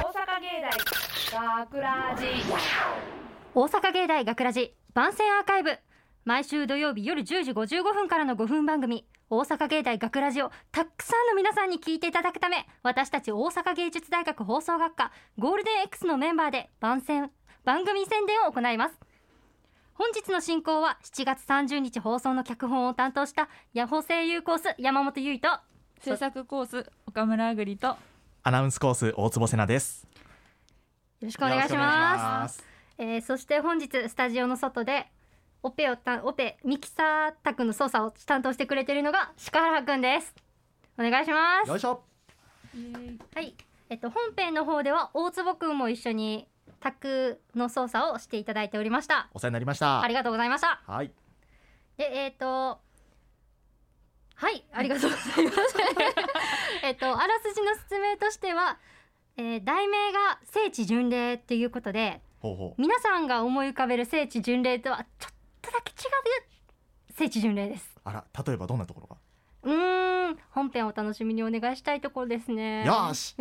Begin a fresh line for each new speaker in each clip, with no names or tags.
大学ラジ
大阪芸大学ラジ番宣アーカイブ毎週土曜日夜10時55分からの5分番組大阪芸大学ラジをたくさんの皆さんに聞いていただくため私たち大阪芸術大学放送学科ゴールデン X のメンバーで番宣番組宣伝を行います本日の進行は7月30日放送の脚本を担当したヤホ声優コース山本優衣と
制作コース岡村あぐりとよ
アナウンスコース大坪瀬奈です。
よろしくお願いします
す。
えーそして本日スタジオの外でオペをたオペミキサー宅の操作を担当してくれているのが鹿原くんですお願いします
よいしょ。
はいえっと本編の方では大坪くんも一緒に宅の操作をしていただいておりました
お世話になりました。
ありがとうございました
はい。
でえっ、とはいありがとうござい ますえっとあらすじの説明としては、えー題名が聖地巡礼ということで
ほうほう。
皆さんが思い浮かべる聖地巡礼とはちょっとだけ違う聖地巡礼です
あら、例えばどんなところが。
うーん本編をお楽しみにお願いしたいところですね
よーし。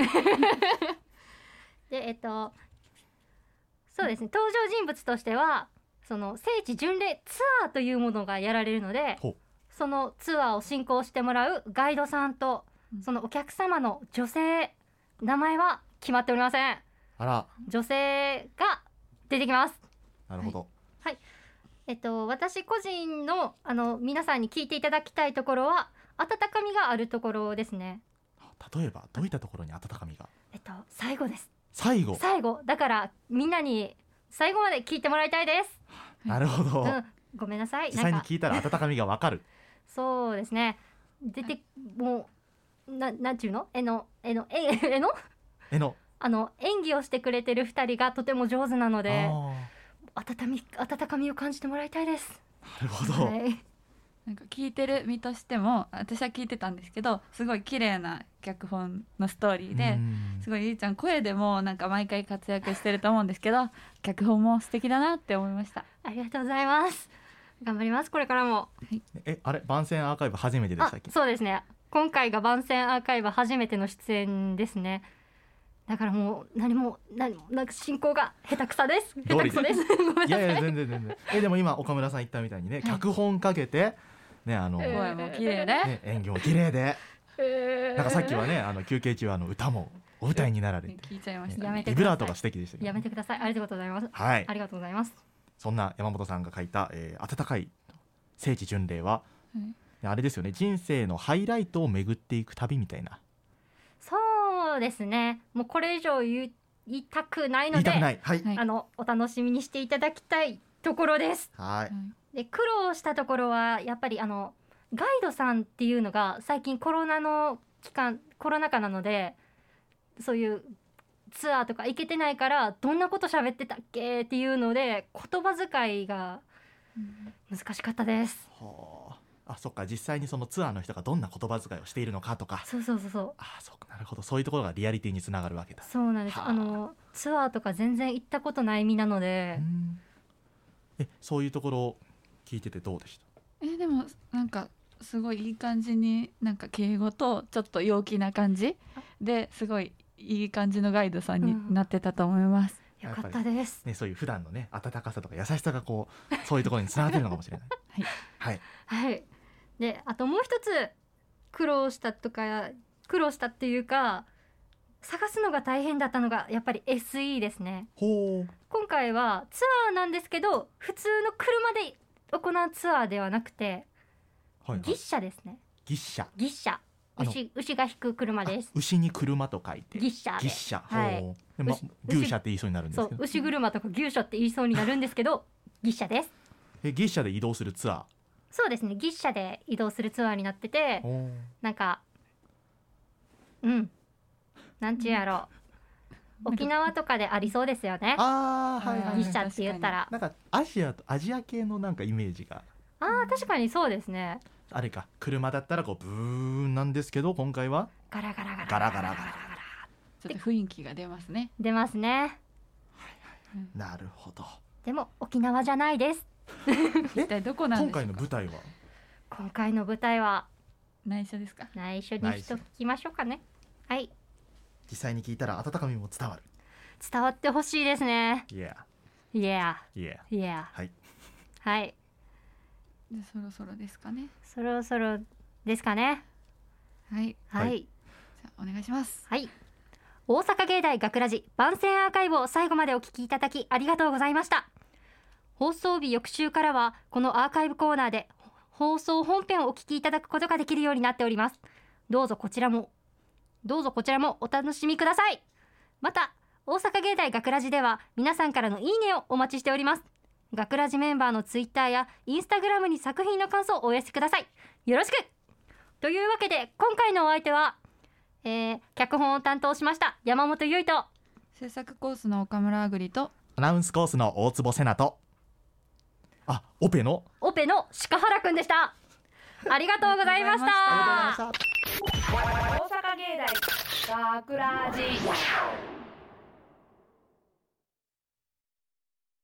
でえっとそうですね登場人物としてはその聖地巡礼ツアーというものがやられるので
ほう
そのツアーを進行してもらうガイドさんと
うん
そのお客様の女性名前は決まっておりません
あら、
女性が出てきます
なるほど。
えっと、私個人のあの皆さんに聞いていただきたいところは温かみがあるところですね。
例えば、どういったところに温かみが。
えっと、最後です。
最後。
最後だからみんなに最後まで聞いてもらいたいです。
なるほど
う。ん、ごめんなさい。
実際
な
に
んか
聞いたら温かみがわかる。
そうですね。出て、
は
もうななんちゅうの？えのえの ええの
えの。
あの演技をしてくれてる二人がとても上手なの
ああ
で温み温かみを感じてもらいたいです。
ー。なるほど。
はい。
なんか聞いてる身としても私は聞いてたんですけどすごい綺麗な脚本のストーリー
う
で
ん
すごいゆいちゃん声でもなんか毎回活躍してると思うんですけど脚本も素敵だなって思いました
ありがとうございます。頑張りますこれからも。
え、あれ、番宣アーカイブ初めてでし
あ
たっけ。
そうですね今回が番宣アーカイブ初めての出演ですねだからもう何も何もなんか進行が下手くさです下
どう
手
り
くそですごめんな
いやい
さい
や、全然全然。え、でも今、岡村さん言ったみたいにね、脚本かけて。ね、あの。
え
ね
声も綺麗で
演技も綺麗で。
えー
なんかさっきはね、あの休憩中、あの歌も。お歌いになられて。
聞いちゃいました
やめ
ね
て
ビブラートが素敵でしたけど
やめてくださいありがとうございます
はい
ありがとうございます
そんな山本さんが書いた、えー温かい聖地巡礼は、
はい
あれですよね人生のハイライトを巡っていく旅みたいな
そうですねもうこれ以上言い言いたくない
言
の
い
で
たくないはい、
は
あのお楽しみにしていただきたいところです
はい
で苦労したところはやっぱりあのガイドさんっていうのが最近コロナの期間コロナ禍なのでそういうツアーとか行けてないからどんなこと喋ってたっけっていうので言葉遣いが
うん
難しかったです
ほうあそっか実際にそのツアーの人がどんな言葉遣いをしているのかとか
そうそうそうそう
あそっかなるほどそういうところがリアリティにつながるわけだ
そうなんです
はあ
あのツアーとか全然行ったことない身なので
うんえそういうところを聞いててどうでし
えでもなんかすごいいい感じになんか敬語とちょっと陽気な感じですごいいい感じのガイドさんになってたと思います、
よかったです
た、ね、そういう普段のね温かさとか優しさがこうそういうところにつながってるのかも しれない
はい
はい
はい。で、あともう一つ苦労したとか苦労したっていうか探すのが大変だったのがやっぱり SE ですね。
ほう
今回はツアーなんですけど普通の車で行うツアーではなくて
はい、は
牛
い、
車ですね。
牛車
牛車。
あの
牛牛が引く車です
あ。牛に車と書いて
牛車
牛
で。
車、
はい
ほうでま
牛
牛車って言いそうになるんで
そ
す
う
けど
牛車とか牛車って言いそうになるんですけど牛車です。
え牛車で移動するツア
そうですね牛車で移動するツアーになってて
ー。ほう
なんかうんなんちゅうやろう沖縄とかでありそうですよね
あーはいはい、
うん
ギシャって言ったら
なんかアジアとアジア系のなんかイメージが
あー確かにそうですね
あれか車だったらこうブーンなんですけど今回は
ガラガラガラ
ガラガラガラ
ちょっと雰囲気が出ますね
出ますね
なるほど
でも沖縄じゃないです
一体どこなん
今
でし
回
ょ
の
うか
舞台は
今回の舞台は
内緒ですか
内緒にしときましょうかねはい
実際に聞いたら温かみも伝わる
伝わってほしいですね
いや
いや
いや
いや
はい
はい
でそろそろですかね
そろそろですかね
はい
は
はいい
じゃあお願いします
はい大阪芸大学ラジ番宣アーカイブを最後までお聞きいただきありがとうございました放送日翌週からはこのアーカイブコーナーで放送本編をお聞きいただくことができるようになっておりますどうぞこちらもどうぞこちらもお楽しみくださいまた大阪芸大学ラジでは皆さんからのいいねをお待ちしております学ラジメンバーのツイッターやインスタグラムに作品の感想をお寄せくださいよろしくというわけで今回のお相手はえー脚本を担当しました山本優衣と
制作コースの岡村あぐりと
アナウンスコースの大坪瀬名とあオペの
オペの鹿原くんでしたありがとうございまし
ありがとうございまし
大
た
た
阪芸大学ラジ